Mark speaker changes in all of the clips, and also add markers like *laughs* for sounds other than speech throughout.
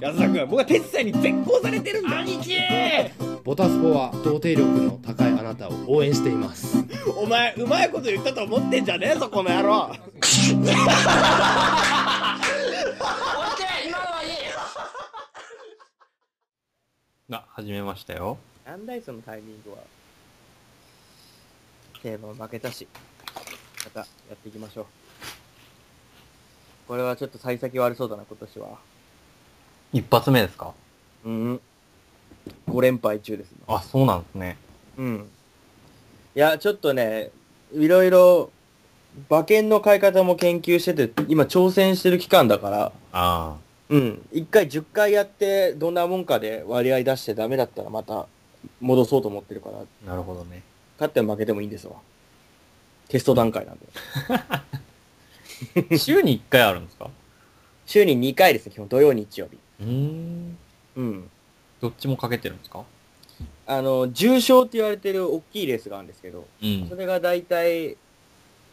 Speaker 1: 安田君僕は哲さんに絶交されてるんだ
Speaker 2: 兄貴
Speaker 3: ボタスポは童貞力の高いあなたを応援しています
Speaker 1: お前うまいこと言ったと思ってんじゃねえぞこの野
Speaker 4: *laughs*
Speaker 1: 郎
Speaker 2: オッケー今のはいい
Speaker 4: が始めましたよ
Speaker 5: なんだいそのタイミングは。競馬も負けたし、またやっていきましょう。これはちょっと幸先悪そうだな、今年は。
Speaker 4: 一発目ですか
Speaker 5: うん。5連敗中です。
Speaker 4: あそうなんですね
Speaker 5: うん。いや、ちょっとね、いろいろ、馬券の買い方も研究してて、今挑戦してる期間だから、
Speaker 4: あ
Speaker 5: うん。一回10回やって、どんなもんかで割合出してダメだったらまた戻そうと思ってるから、
Speaker 4: あなるほどね
Speaker 5: 勝っても負けてもいいんですわ。テスト段階なんで。
Speaker 4: *laughs* 週に1回あるんですか
Speaker 5: 週に2回ですね、基本。土曜、日曜日。
Speaker 4: うーん
Speaker 5: うん。
Speaker 4: どっちもかけてるんですか
Speaker 5: あの、重賞って言われてる大きいレースがあるんですけど、
Speaker 4: う
Speaker 5: そ
Speaker 4: ん
Speaker 5: れが大体、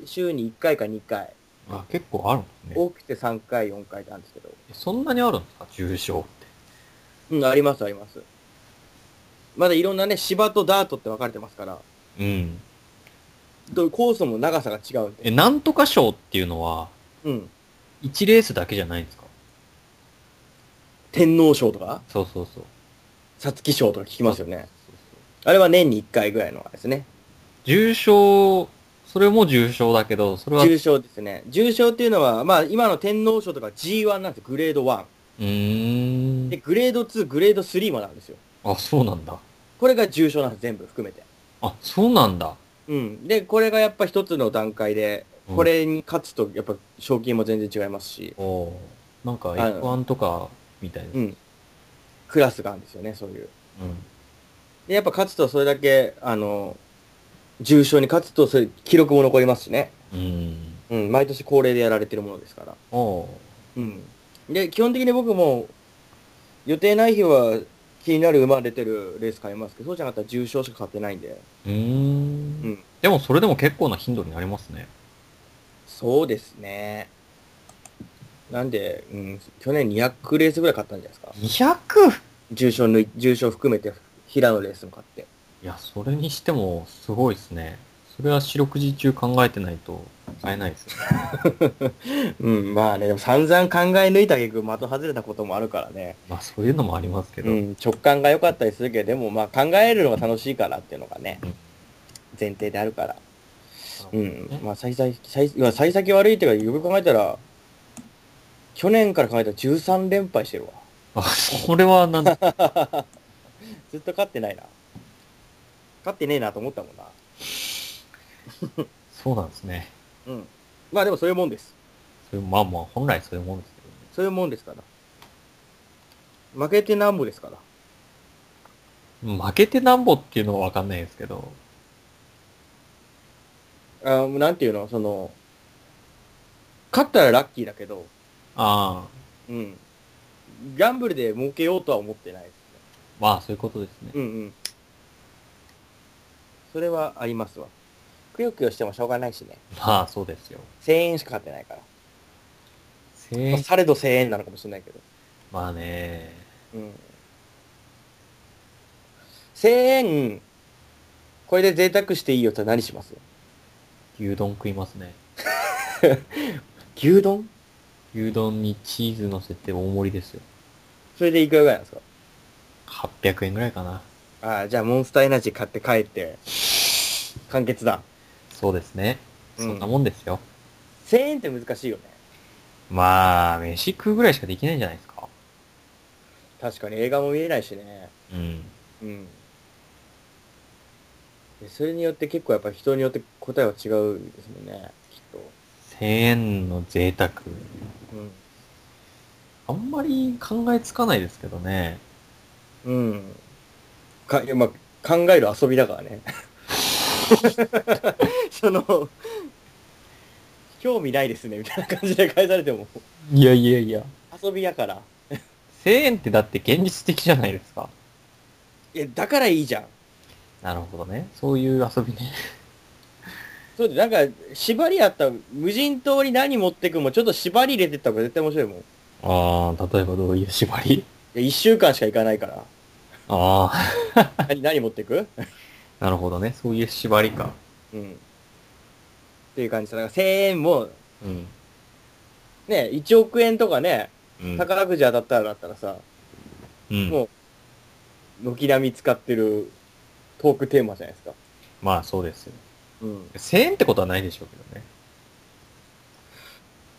Speaker 5: 週に1回か2回、
Speaker 4: あ結構あるんですね
Speaker 5: 多くて3回、4回なんですけど、
Speaker 4: そんなにあるんですか重症って
Speaker 5: うん、あります、あります。まだいろんなね、芝とダートって分かれてますから、
Speaker 4: うん。
Speaker 5: どコースも長さが違うん
Speaker 4: え、
Speaker 5: で。
Speaker 4: なんとか賞っていうのは、
Speaker 5: うん。
Speaker 4: 1レースだけじゃないんですか
Speaker 5: 天皇賞とか、
Speaker 4: そうそうそう。
Speaker 5: 皐月賞とか聞きますよね。
Speaker 4: そうそう
Speaker 5: あれは年に1回ぐらいのあれですね。
Speaker 4: 重症、それも重症だけど、それは、う
Speaker 5: 重賞ですね。重賞っていうのは、まあ、今の天皇賞とか G1 なんですよ、グレード1。
Speaker 4: ー
Speaker 5: で、
Speaker 4: ん。
Speaker 5: グレード2、グレード3もなんですよ。
Speaker 4: あ、そうなんだ。
Speaker 5: これが重症なんです、全部含めて。
Speaker 4: あ、そうなんだ。
Speaker 5: うん。で、これがやっぱ一つの段階で、
Speaker 4: うん
Speaker 5: これに勝つと、やっぱ賞金も全然違いますし、
Speaker 4: おーなんか F1 とか、みたいな。
Speaker 5: うんクラスがあるんですよね、そういう。
Speaker 4: うん
Speaker 5: で、やっぱ勝つとそれだけ、あの、重症に勝つと、それ、記録も残りますしね。
Speaker 4: うん。
Speaker 5: うん。毎年恒例でやられてるものですから。
Speaker 4: おー
Speaker 5: うん。で、基本的に僕も、予定ない日は気になる馬出てるレース買いますけど、そうじゃなかったら重症しか買ってないんで。
Speaker 4: うーん。
Speaker 5: うん
Speaker 4: でも、それでも結構な頻度になりますね。
Speaker 5: そうですね。なんで、うん、去年200レースぐらい買ったんじゃないですか。
Speaker 4: 200!
Speaker 5: 重賞抜い重賞含めて平野レースも買って。
Speaker 4: いや、それにしても、すごいですね。それは四六時中考えてないと、買えな
Speaker 5: *laughs*
Speaker 4: いですよね。
Speaker 5: うん、まあね、でも散々考え抜いた結局的外れたこともあるからね。
Speaker 4: まあ、そういうのもありますけど。
Speaker 5: うん、直感が良かったりするけど、でもまあ考えるのが楽しいからっていうのがね
Speaker 4: うん、
Speaker 5: 前提であるから。う
Speaker 4: ね
Speaker 5: ん、まあ最先、最まあ幸先悪いっていうか、よく考えたら、去年から考えたら13連敗してるわ。
Speaker 4: あ、それはなんだ。
Speaker 5: ずっと勝ってないな。勝ってねえなと思ったもんな。
Speaker 4: *laughs* そうなんですね。
Speaker 5: うん。まあでもそういうもんです。
Speaker 4: それまあまあ、本来そういうもんですけどね。
Speaker 5: そういうもんですから。負けてなんぼですから。
Speaker 4: 負けてなんぼっていうのはわかんないですけど、
Speaker 5: あーなんていうのその、勝ったらラッキーだけど、
Speaker 4: ああ、
Speaker 5: うん。ギャンブルで儲けようとは思ってないですね。
Speaker 4: まあそういうことですね。
Speaker 5: うんうん。それはありますわ。くよくよしてもしょうがないしね。
Speaker 4: まあそうですよ。
Speaker 5: 1000円しか買ってないから。
Speaker 4: せ
Speaker 5: まあ、されど1000円なのかもしれないけど。
Speaker 4: まあね、
Speaker 5: うん。1000円、これで贅沢していいよって何します
Speaker 4: 牛丼食いますね。
Speaker 5: 牛丼
Speaker 4: 牛丼にチーズ乗せて大盛りですよ。
Speaker 5: それでいくらぐらいなんですか
Speaker 4: 800円ぐらいかな。
Speaker 5: ああ、じゃあモンスターエナジー買って帰って、完結だ。
Speaker 4: そうですね。
Speaker 5: うん
Speaker 4: そんなもんですよ。
Speaker 5: 1000円って難しいよね。
Speaker 4: まあ、飯食うぐらいしかできないんじゃないですか。
Speaker 5: 確かに映画も見れないしね。
Speaker 4: うん。
Speaker 5: うん。でそれによって結構やっぱ人によって答えは違うんですもんね、きっと。
Speaker 4: 1000円の贅沢。
Speaker 5: う
Speaker 4: あんまり考えつかないですけどね。
Speaker 5: ん。うん。か、いやまあ、考える遊びだからね。その、興味ないですね、みたいな感じで返されても。
Speaker 4: いやいやいや。
Speaker 5: 遊びやから。
Speaker 4: 1000円ってだって現実的じゃないですか。
Speaker 5: いや、だからいいじゃん。
Speaker 4: なるほどね。そういう遊びね。
Speaker 5: そうで、なんか、縛りあった、無人島に何持ってくも、ちょっと縛り入れてった方が絶対面白いもん。
Speaker 4: ああ、例えばどういう縛り
Speaker 5: や、1週間しか行かないから。
Speaker 4: あ
Speaker 5: 何、何持ってく
Speaker 4: あ、なるほどね。そういう縛りか。
Speaker 5: うん。っていう感じさ。だから1000円も、
Speaker 4: うん。
Speaker 5: ね、1億円とかね、
Speaker 4: うん。
Speaker 5: 宝くじ当たったらだったらさ、
Speaker 4: うん
Speaker 5: もう、軒並み使ってるトークテーマじゃないですか。
Speaker 4: まあそうですよ。
Speaker 5: うん。
Speaker 4: 1000円ってことはないでしょうけどね。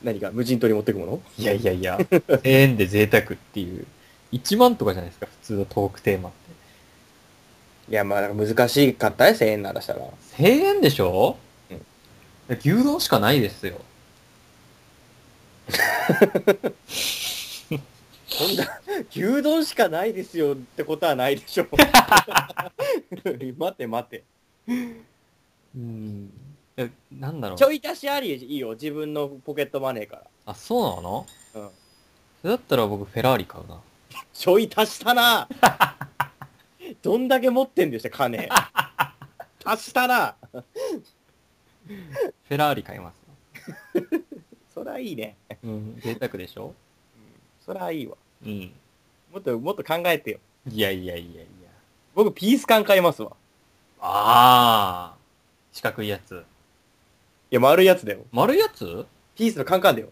Speaker 5: 何か、無人島に持ってくもの
Speaker 4: いやいやい *laughs* や、1000円で贅沢っていう。1万とかじゃないですか、普通のトークテーマって。
Speaker 5: いや、まあ、難しかったね、1000円ならしたら。
Speaker 4: 1000円でしょ
Speaker 5: うん
Speaker 4: いや牛丼しかないですよ。
Speaker 5: そんな、牛丼しかないですよってことはないでしょ。
Speaker 4: *laughs*
Speaker 5: 待って待って。
Speaker 4: うん。なんだろう
Speaker 5: ち。ょい足しありいいよ、自分のポケットマネーから。
Speaker 4: あ、そうなの
Speaker 5: うん
Speaker 4: それだったら僕、フェラーリ買うな。
Speaker 5: ちょい足したな *laughs* どんだけ持ってんでした、金。足したな
Speaker 4: フェラーリ買いますよ。
Speaker 5: そりゃいいね。
Speaker 4: うん。贅沢でしょ
Speaker 5: そりゃいいわ。
Speaker 4: うん。
Speaker 5: もっと、もっと考えてよ。
Speaker 4: いやいやいやいや。
Speaker 5: 僕、ピース缶買いますわ。
Speaker 4: ああ。四角いやつ。
Speaker 5: いや、丸いやつだよ。
Speaker 4: 丸いやつ
Speaker 5: ピースのカンカンだよ。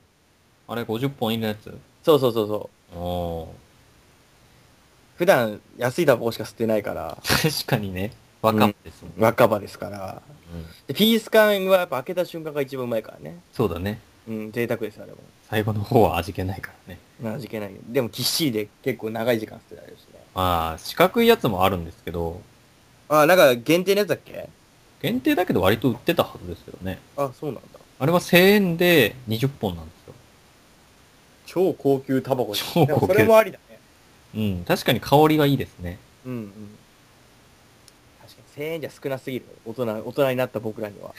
Speaker 4: あれ、50本いるやつ
Speaker 5: そうそうそうそう。
Speaker 4: おお
Speaker 5: 普段、安いタバコしか吸ってないから、
Speaker 4: ー。確かにね。若者ですもん、ね
Speaker 5: 若葉ですから。
Speaker 4: うん。
Speaker 5: でピース缶はやっぱ開けた瞬間が一番うまいからね。
Speaker 4: そうだね。
Speaker 5: うん、贅沢ですよ、あれも。
Speaker 4: 最後の方は味気ないからね。
Speaker 5: 味気ないけど。でも、ぎっしりで結構長い時間吸ってられるしね。
Speaker 4: まあ、四角いやつもあるんですけど、
Speaker 5: あ、なんか限定のやつだっけ
Speaker 4: 限定だけど割と売ってたはずですよね。
Speaker 5: あ、そうなんだ。
Speaker 4: あれは1000円で20本なんですよ。
Speaker 5: 超高級タバコじゃん
Speaker 4: 超高級
Speaker 5: でもそれもありだね。
Speaker 4: うん。確かに香りがいいですね。
Speaker 5: うんうん。確かに1000円じゃ少なすぎる。大人、大人になった僕ら *laughs* には。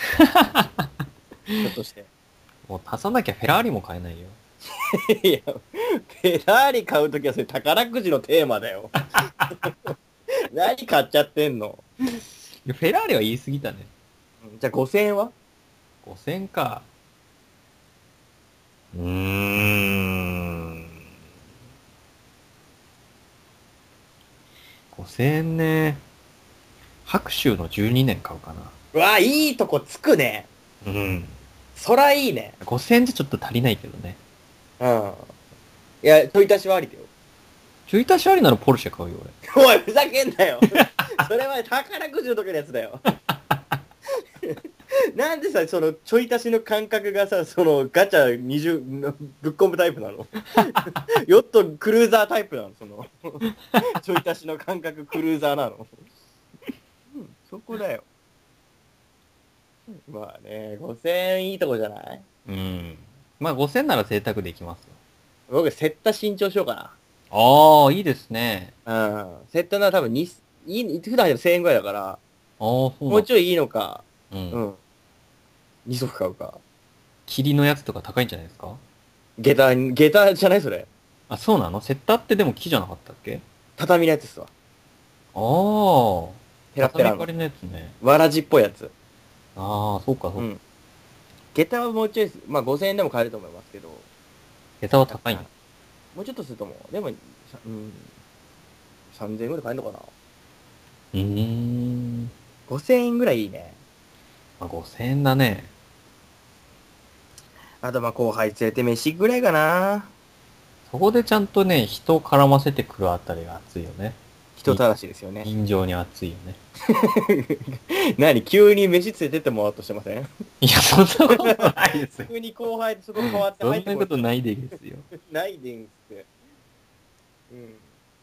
Speaker 5: ひょっとして。
Speaker 4: もう足さなきゃフェラーリも買えないよ。
Speaker 5: いや、フェラーリ買うときはそれ宝くじのテーマだよ。 *laughs* 何買っちゃってんの
Speaker 4: いやフェラーリは言い過ぎたね。
Speaker 5: うんじゃあ5000円は
Speaker 4: 5000か。うーん。5000円ね。白州の12年買うかな。
Speaker 5: うわ、いいとこつくね。
Speaker 4: うん。
Speaker 5: そらいいね。
Speaker 4: 5000円じゃちょっと足りないけどね。
Speaker 5: うん。いや、ちょい足しはありだよ。
Speaker 4: ちょい足しありならポルシェ買うよ、俺。
Speaker 5: おい、ふざけんなよ。 *laughs* それは宝くじの時のやつだよ。 *laughs* なんでさ、そのちょい足しの感覚がさ、そのガチャ20、ぶっ込むタイプなの *laughs* ヨットクルーザータイプなのその、 *laughs* ちょい足しの感覚クルーザーなの、うん、そこだよ。まあね、5000円いいとこじゃない
Speaker 4: うん。まあ5000なら贅沢できますよ。
Speaker 5: 僕、セッタ新調しようか
Speaker 4: ああ、いいですね。
Speaker 5: な。うん。セッタなら多分にいい普段でも1000円ぐらいだから、
Speaker 4: ああ、そう
Speaker 5: も
Speaker 4: な
Speaker 5: うん
Speaker 4: だ
Speaker 5: ちょいいいのか、
Speaker 4: う。
Speaker 5: うんん。二足買うか。
Speaker 4: 霧のやつとか高いんじゃないですか
Speaker 5: 下駄、下駄じゃないそれ。
Speaker 4: あ、そうなのセッターってでも木じゃなかったっけ
Speaker 5: 畳のやつっすわ。
Speaker 4: ああ。
Speaker 5: ペラペラ
Speaker 4: 畳
Speaker 5: の
Speaker 4: 狩。りのやつね。
Speaker 5: わらじっぽいやつ。
Speaker 4: ああ、そうか、そう
Speaker 5: う
Speaker 4: か。
Speaker 5: ん。下駄はもうちょいす、まあ5000円でも買えると思いますけど、
Speaker 4: 下駄は高いの。
Speaker 5: もうちょっとすると思う。でも、さうん。3000円ぐらい買えるのか
Speaker 4: うーん。
Speaker 5: な ?5000 円ぐらいいいね。
Speaker 4: まあ5000円だね。
Speaker 5: あとまあ後輩連れて飯ぐらいかな。
Speaker 4: そこでちゃんとね、人を絡ませてくるあたりが熱いよね。
Speaker 5: 人たらしですよね。
Speaker 4: 人情に熱いよね。
Speaker 5: 何急に飯連れてってもらおうとしてません
Speaker 4: いや、そんなことないです *laughs* よ。
Speaker 5: 急に後輩そこ変わって
Speaker 4: そ
Speaker 5: 入
Speaker 4: ん
Speaker 5: って
Speaker 4: なこと
Speaker 5: い
Speaker 4: ないでですよ。
Speaker 5: ないでんすって。うん。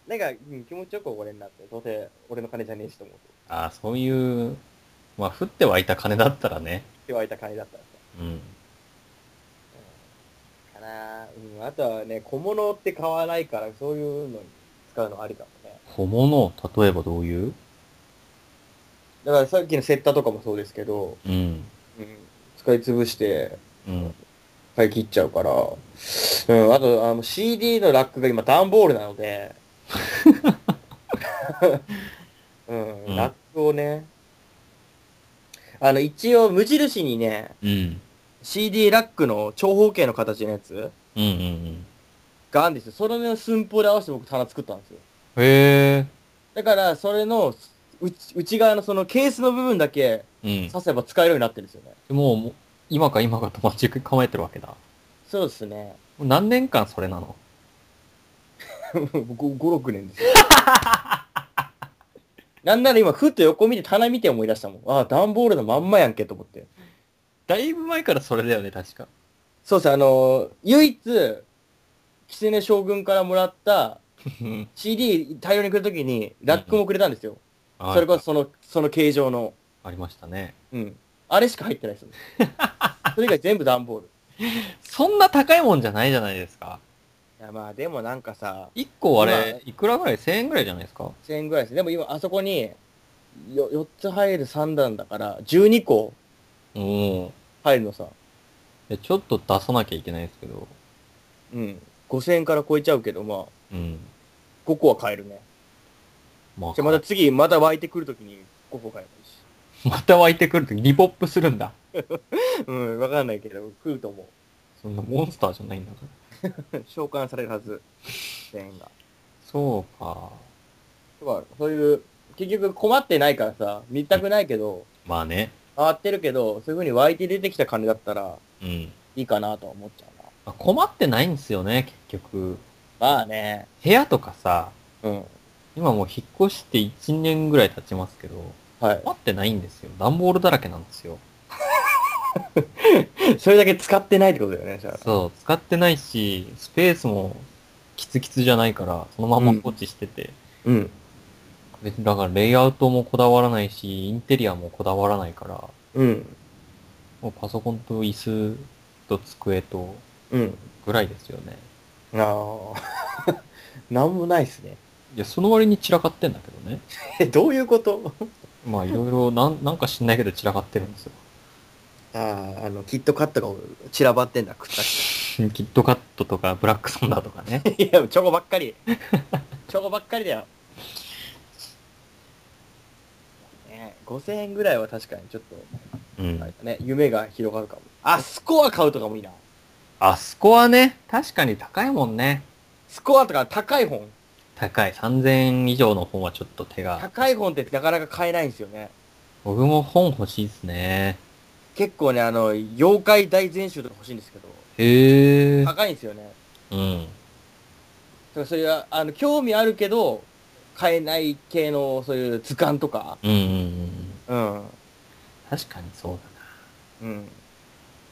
Speaker 5: なんか、うん、気持ちよくおごれになって、どうせ俺の金じゃねえしと思うと。
Speaker 4: ああ、そういう、まあ、降って湧いた金だったらね。
Speaker 5: 手湧いた金だったら
Speaker 4: うん。
Speaker 5: さ。かなぁ。うん。あとはね、小物って買わないから、そういうのに使うのありかもね。
Speaker 4: 小物、例えばどういう
Speaker 5: だからさっきのセッタとかもそうですけど、
Speaker 4: うん。
Speaker 5: うん。使い潰して、
Speaker 4: うん。
Speaker 5: 買い切っちゃうから。うん。あと、あの、CD のラックが今段ボールなので。うん、
Speaker 4: うん
Speaker 5: ラックをね。あの、一応無印にね、
Speaker 4: うん。
Speaker 5: CD ラックの長方形の形のやつ
Speaker 4: うんうんうん。
Speaker 5: ガンですよ。それの寸法で合わせて僕棚作ったんですよ。
Speaker 4: へ
Speaker 5: だから、それの内内側のそのケースの部分だけ
Speaker 4: え。うん。
Speaker 5: 刺せば使えるようになってるんですよね。
Speaker 4: でもう、もう今か今かと待ち構えてるわけだ。も
Speaker 5: そうですね。 *laughs*
Speaker 4: う何年間それなの
Speaker 5: 僕5、6年ですよ。 *laughs* なんなら今、ふっと横見て棚見て思い出したもん。ああ、段ボールのまんまやんけと思って。
Speaker 4: だいぶ前からそれだよね、確か。
Speaker 5: そうですね、あのー唯一、キツネ将軍からもらった CD 大量にくれた時に、ラックもくれたんですよ。それこそその、その形状の。
Speaker 4: ありましたね。
Speaker 5: うん。あれしか入ってないですよね。それ以外全部段ボール。
Speaker 4: そんな高いもんじゃないじゃないですか。
Speaker 5: いや、まあでもなんかさ、
Speaker 4: 1個あ
Speaker 5: まあ
Speaker 4: れ、いくらぐらい ?1000 円ぐらいじゃないですか
Speaker 5: 1000円ぐらいですね。でも今、あそこに、よ、4つ入る3段だから、12個
Speaker 4: うん。
Speaker 5: 入るのさ。
Speaker 4: でちょっと出さなきゃいけないですけど。
Speaker 5: うん。5000円から超えちゃうけど、まあ、
Speaker 4: うん。
Speaker 5: 5個は買えるね。
Speaker 4: まあ
Speaker 5: じゃあまた次、また湧いてくるときに5個買えばいいし。
Speaker 4: また湧いてくるとき、リポップするんだ。
Speaker 5: うん、わかんないけど、来ると思
Speaker 4: そんなモンスターじゃないんだから。
Speaker 5: う。 *laughs* 召喚されるはず。1000円が。
Speaker 4: そうか。
Speaker 5: とか、そういう、結局困ってないからさ、見たくないけど、
Speaker 4: まあね。
Speaker 5: 回ってるけど、そういう風に湧いて出てきた金だったら、
Speaker 4: うん。
Speaker 5: いいかなとは思っちゃうな。
Speaker 4: まあ困ってないんですよね、結局。
Speaker 5: まあね。
Speaker 4: 部屋とかさ、
Speaker 5: うん。
Speaker 4: 今もう引っ越して1年ぐらい経ちますけど、
Speaker 5: はい。
Speaker 4: 困ってないんですよ。段ボールだらけなんですよ。
Speaker 5: *laughs* それだけ使ってないってことだよね、じゃあ。
Speaker 4: そう、使ってないし、スペースもキツキツじゃないから、そのまま放置してて。
Speaker 5: うん。
Speaker 4: 別にだからレイアウトもこだわらないし、インテリアもこだわらないから、
Speaker 5: うん。
Speaker 4: もうパソコンと椅子と机と
Speaker 5: うん。
Speaker 4: ぐらいですよね。
Speaker 5: ああ。 *laughs* なんもないっすね。
Speaker 4: いや、その割に散らかってんだけどね。
Speaker 5: え、どういうこと *laughs*
Speaker 4: まあいろいろなん、なんか知んないけど散らかってるんですよ。 *laughs*
Speaker 5: ああ、あの、キットカットが散らばってんだ、くった
Speaker 4: キットカットとかブラックソンダーとかね。
Speaker 5: *laughs* いや、チョコばっかり。チョコばっかりだよ。ね、5000円ぐらいは確かにちょっと、
Speaker 4: *laughs* うん。
Speaker 5: ね、夢が広がるかも。あ、スコア買うとかもいいな。
Speaker 4: あそこはね、確かに高いもんね。
Speaker 5: スコアとか高い本。
Speaker 4: 高い。3000円以上の本はちょっと手が。
Speaker 5: 高い本ってなかなか買えないんですよね。
Speaker 4: 僕も本欲しいですね。
Speaker 5: 結構ね、あの、妖怪大全集とか欲しいんですけど、
Speaker 4: へえ。
Speaker 5: 高いんですよね。
Speaker 4: うん。
Speaker 5: だからそれは、あの、興味あるけど、買えない系の、そういう図鑑とか。
Speaker 4: うんうんうん。
Speaker 5: うん。
Speaker 4: 確かにそうだな。
Speaker 5: うん。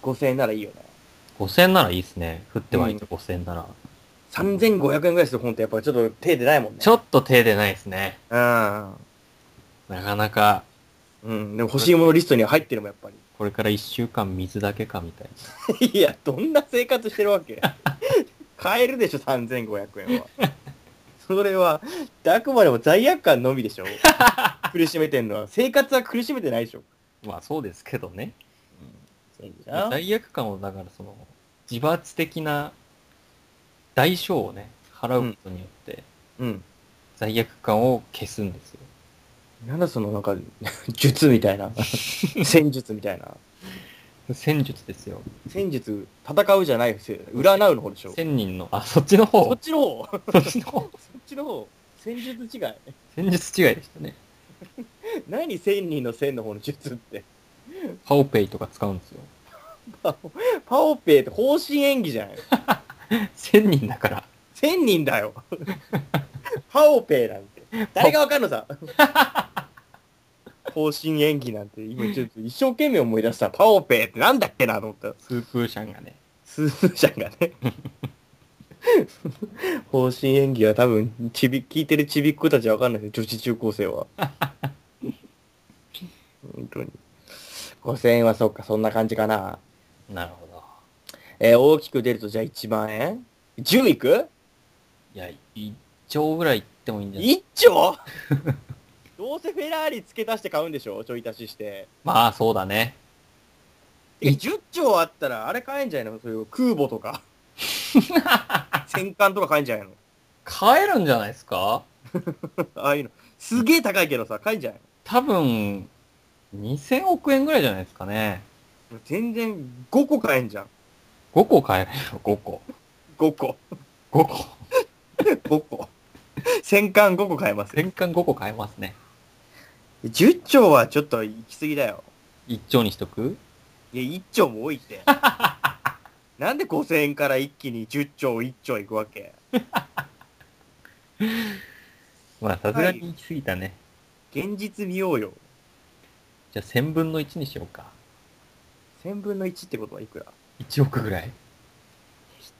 Speaker 5: 5000円ならいいよね。
Speaker 4: 5000ならいいですね。降ってはいて5000なら。
Speaker 5: 3500円ぐらいする本ってやっぱりちょっと手出ないもんね。
Speaker 4: ちょっと手出ないですね。
Speaker 5: うん。
Speaker 4: なかなか、
Speaker 5: うん。でも欲しいものリストには入ってるもん、やっぱり。
Speaker 4: これから1週間水だけかみ *laughs* たいな。
Speaker 5: いや、どんな生活してるわけ
Speaker 4: *laughs*
Speaker 5: 買えるでしょ、3500円は。それは、あくまでも罪悪感のみで
Speaker 4: *laughs*
Speaker 5: しょ苦しめてんのは。生活は苦しめてないでしょ。
Speaker 4: まあそうですけどね。
Speaker 5: あ
Speaker 4: 罪悪感を、だからその、自罰的な代償をね、払うことによって、
Speaker 5: うん。
Speaker 4: 罪悪感を消すんですよ。
Speaker 5: なんだその、なんか、術みたいな。戦術みたいな。
Speaker 4: 戦術ですよ。
Speaker 5: 戦術、戦うじゃない、せ占うの方でしょ。
Speaker 4: 千人の、あ、そっちの方。
Speaker 5: そっちの方そっ
Speaker 4: そっちの方。
Speaker 5: ちの方戦術違い。
Speaker 4: 戦術違いでしたね。
Speaker 5: 何千人の千の方の術って。
Speaker 4: パオペイとか使うんですよ。
Speaker 5: パオペイって方針演技じゃない
Speaker 4: 千人だから。
Speaker 5: 千人だよ。パオペイなんて。誰がわかんのさ。方針演技なんて、今ちょっと一生懸命思い出した。パオペイってなんだっけなと思った。
Speaker 4: スープーシャンがね。
Speaker 5: スーちゃんがね。方針演技は多分、ちび、聞いてるちびっ子たちはわかんないですよ。女子中高生は。本当に。5000円はそっか、そんな感じかな。
Speaker 4: なるほど。
Speaker 5: えー大きく出るとじゃあ1万円 ?10 いく
Speaker 4: いや、一丁ぐらい行ってもいいんじゃない
Speaker 5: ?1 兆どうせフェラーリ付け足して買うんでしょちょい足しして。
Speaker 4: まあ、そうだね。 *laughs*
Speaker 5: え、10兆あったらあれ買えんじゃないのそういう空母とか。戦艦とか買えんじゃないの
Speaker 4: 買えるんじゃないですか
Speaker 5: ああいうの。すげえ高いけどさ、買えんじゃない
Speaker 4: 多分、2000億円ぐらいじゃないですかね。
Speaker 5: の全然5個買えんじゃん。
Speaker 4: 5個買えるよ、5個。
Speaker 5: 5個。 *laughs*
Speaker 4: 5個。
Speaker 5: 5個。戦艦5個買えますよ。
Speaker 4: 全巻5個買えますね。
Speaker 5: 10兆はちょっと行き過ぎだよ。
Speaker 4: 1丁にしとく
Speaker 5: いや、1兆も多いって。 *laughs* なんで5000円から一気に10兆、1兆いくわけ
Speaker 4: まあ、さすがに行き過ぎたね。
Speaker 5: 現実見ようよ。
Speaker 4: じゃあ、1000分の1にしようか。
Speaker 5: 1000分の1ってことはいくら
Speaker 4: 1億ぐらい。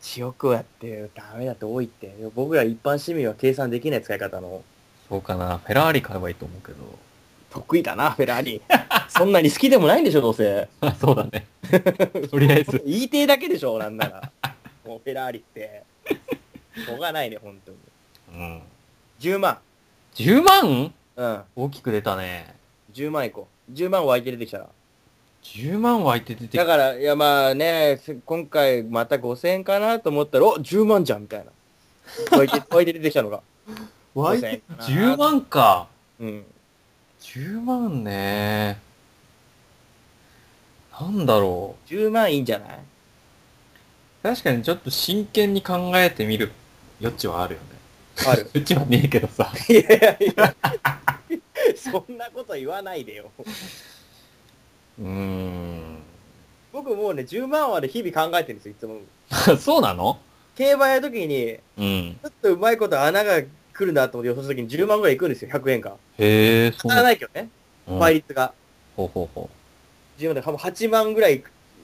Speaker 5: ?1 億はってダメだって多いって。僕ら一般市民は計算できない使い方の。
Speaker 4: そうかな。フェラーリ買えばいいと思うけど。 *laughs*
Speaker 5: 得意だな、フェラーリ。 *laughs* そんなに好きでもないんでしょ、どうせ。
Speaker 4: あ、そうだね。 *laughs* とりあえず。
Speaker 5: *laughs* 言いてえだけでしょ、なんな *laughs* ら。もうフェラーリって。しょうがないね、本当に。
Speaker 4: うん。
Speaker 5: 10万。
Speaker 4: 10万
Speaker 5: うん。
Speaker 4: 大きく出たね。
Speaker 5: 10万いこう。10万湧いて出てきたら。
Speaker 4: 10万湧いて出て
Speaker 5: だ
Speaker 4: き
Speaker 5: から、いやまあね、す今回また5000円かなと思ったら、お !10 万じゃんみたいな。湧いて、湧いて出てきたのが。
Speaker 4: 湧い
Speaker 5: 5000円
Speaker 4: て
Speaker 5: かな
Speaker 4: 10万か。
Speaker 5: うん。
Speaker 4: 10万ね。なんだろう。
Speaker 5: 10万いいんじゃない
Speaker 4: 確かにちょっと真剣に考えてみる余地はあるよね。
Speaker 5: あ
Speaker 4: *laughs*
Speaker 5: る。
Speaker 4: 余地はねえけどさ。
Speaker 5: いやいやいや。そんなこと言わないでよ。
Speaker 4: うーん。
Speaker 5: 僕もうね、10万はね、日々考えてるんですよ、いつも。
Speaker 4: *laughs* そうなの
Speaker 5: 競馬やるときに、
Speaker 4: うん。
Speaker 5: ちょっとうまいこと穴が来るなと思って予想したときに10万ぐらいいくんですよ、100円か。
Speaker 4: へえ、そ
Speaker 5: 当
Speaker 4: う
Speaker 5: たら
Speaker 4: なの。
Speaker 5: ないけどね、
Speaker 4: うん
Speaker 5: 倍率が。
Speaker 4: ほうほうほ
Speaker 5: 10万で、多分8万ぐらい